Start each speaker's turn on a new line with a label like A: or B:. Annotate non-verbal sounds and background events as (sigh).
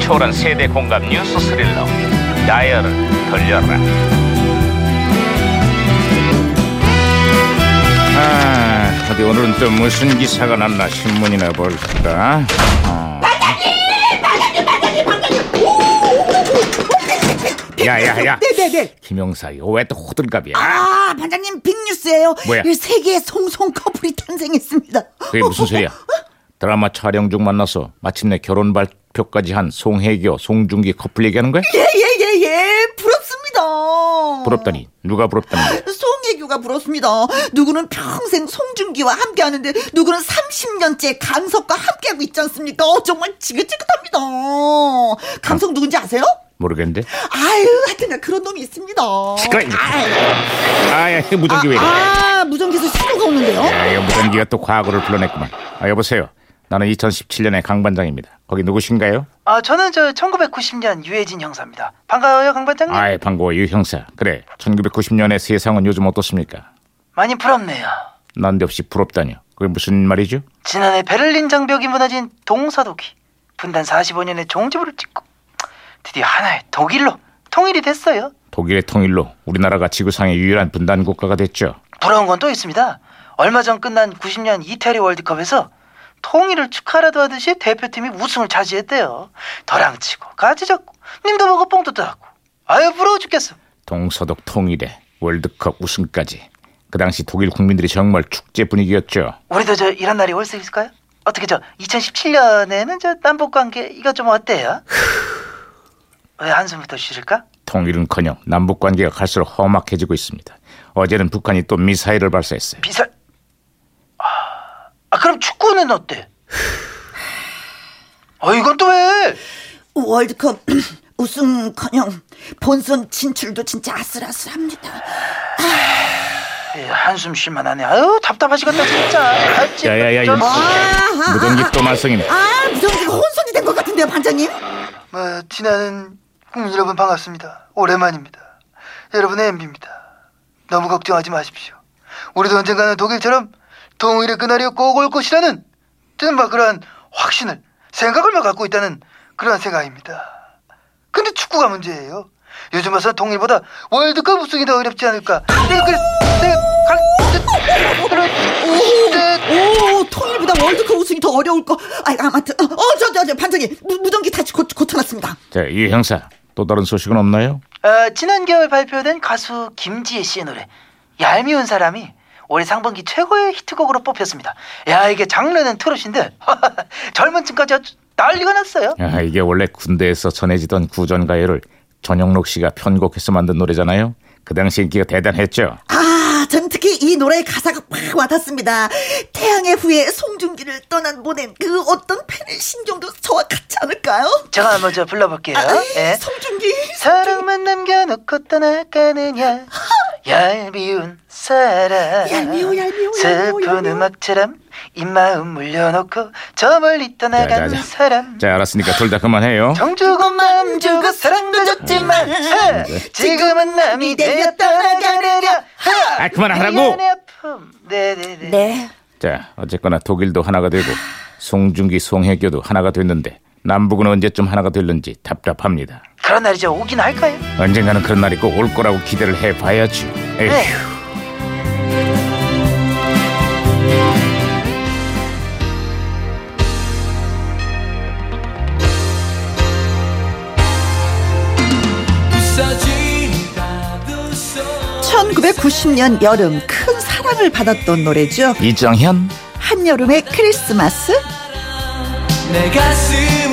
A: 초월한 세대 공감 뉴스 스릴러 다이얼을 돌려라 아, 어디 오늘은 또 무슨 기사가 났나 신문이나 볼까 어. 야야야
B: 네네네.
A: 김영사 이거 왜 또 호들갑이야
B: 아, 반장님 빅뉴스예요.
A: 뭐야?
B: 이 세계의 송송 커플이 탄생했습니다.
A: 그게 무슨 소리야? 드라마 촬영 중 만나서 마침내 결혼 발표까지 한 송혜교, 송중기 커플 얘기하는 거야?
B: (laughs) 예예예예, 부럽습니다.
A: 부럽다니 누가 부럽다는 거야?
B: 송혜교가 부럽습니다. 누구는 평생 송중기와 함께하는데 누구는 30년째 강석과 함께하고 있지 않습니까? 어, 정말 지긋지긋합니다. 강석 누군지 아세요?
A: 모르겠는데
B: 아유, 하여튼 그런 놈이 있습니다.
A: 시끄러워, 이거.
B: 아유,
A: 아야 이거 무전기 왜 이래
B: 아, 무전기에서 신호가 오는데요.
A: 야 이거 무전기가 또 과거를 불러냈구만 아 여보세요 나는 2017년의 강반장입니다 거기 누구신가요?
C: 아 저는 저 1990년 유해진 형사입니다. 반가워요 강 반장님.
A: 아이 반가워 유 형사 그래 1990년의 세상은 요즘 어떻습니까?
C: 많이 부럽네요.
A: 난데없이 부럽다뇨 그게 무슨 말이죠?
C: 지난해 베를린 장벽이 무너진 동서독이 분단 45년의 종지부를 찍고 드디어 하나의 독일로 통일이 됐어요.
A: 독일의 통일로 우리나라가 지구상의 유일한 분단 국가가 됐죠
C: 부러운 건 또 있습니다. 얼마 전 끝난 90년 이태리 월드컵에서 통일을 축하라도 하듯이 대표팀이 우승을 차지했대요. 더랑 치고 가지 잡고 님도 먹어 뽕도 따고 아유 부러워 죽겠어.
A: 동서독 통일에 월드컵 우승까지 그 당시 독일 국민들이 정말 축제 분위기였죠.
C: 우리도 저 이런 날이 올 수 있을까요? 어떻게 저 2017년에는 저 남북 관계 이거
A: (sighs)
C: 좀 어때요? 왜 한숨을 더 쉬실까?
A: 통일은커녕 남북 관계가 갈수록 험악해지고 있습니다. 어제는 북한이 또 미사일을 발사했어요.
C: 비설. 아, 아 그럼
A: (sighs)
C: 축구는 어때? 아 이건 또 왜?
B: 월드컵 (clears throat) 우승커녕 본선 진출도 진짜 아슬아슬합니다.
C: 에이, 예, 한숨 쉴만하네. 아유 답답하시겠다 진짜. 아, 진짜.
A: 야야야
C: 저,
A: 연수 무전기 또 말썽이네.
B: 아, 무전기가 혼선이 된 것 같은데요, 반장님?
C: 뭐, 지나는 국민 여러분 반갑습니다. 오랜만입니다. 여러분의 MB입니다. 너무 걱정하지 마십시오. 우리도 언젠가는 독일처럼 동일의 그날이 꼭 올 것이라는 저는 막 그러한 확신을 생각을 막 갖고 있다는 그런 생각입니다. 근데 축구가 문제예요. 요즘 와서 동일보다 월드컵 우승이 더 어렵지 않을까. 내가 그 내가 갈 그- 그런 그-
B: 오, 오, 통일보다 월드컵 우승이 더 어려울 거. 아, 아무튼, 어, 어, 저, 저, 저, 반장님, 무, 무전기 다시 고, 고쳐놨습니다.
A: 자, 유 형사 또 다른 소식은 없나요?
C: 어, 지난 겨울 발표된 가수 김지혜 씨의 노래 얄미운 사람이 올해 상반기 최고의 히트곡으로 뽑혔습니다. 야 이게 장르는 트롯인데 (laughs) 젊은 층까지 아주 난리가 났어요.
A: 아, 이게 원래 군대에서 전해지던 구전 가요를 전영록 씨가 편곡해서 만든 노래잖아요. 그 당시 인기가 대단했죠.
B: 아, 전 특히 이 노래의 가사가 확 와닿습니다. 태양의 후예 송중기를 떠난 보낸 그 어떤 팬의 신경도 저와 같지 않을까요?
C: 제가 먼저 불러볼게요.
B: 아,
C: 예.
B: 송중기.
C: 사랑만
B: (laughs)
C: 남겨놓고 떠나가느냐 얄미운 사람
B: 얄미워, 얄미워, 얄미워,
C: 슬픈
B: 얄미워.
C: 음악처럼 이 마음 물려놓고 저 멀리
A: 자,
C: 떠나가는
A: 자, 자.
C: 사람
A: 자, 알았으니까 둘 다 그만해요.
C: 정주고 마음 주고 사랑도 줬지만
B: 네.
C: 하! 네. 지금은 남이 되어 떠나가려냐
A: 아, 그만하라고.
C: 네네네
B: 네.
A: 자, 어쨌거나 독일도 하나가 되고 송중기, 송혜교도 하나가 됐는데 남북은 언제쯤 하나가 될는지 답답합니다.
C: 그런 날이 제 오긴 할까요?
A: 언젠가는 그런 날이 꼭 올 거라고 기대를 해봐야지. 에휴.
C: 네.
D: 부서진다도 써
B: 1990년 여름 큰 사랑을 받았던 노래죠.
A: 이정현
B: 한여름의 크리스마스.
D: 내 가슴 그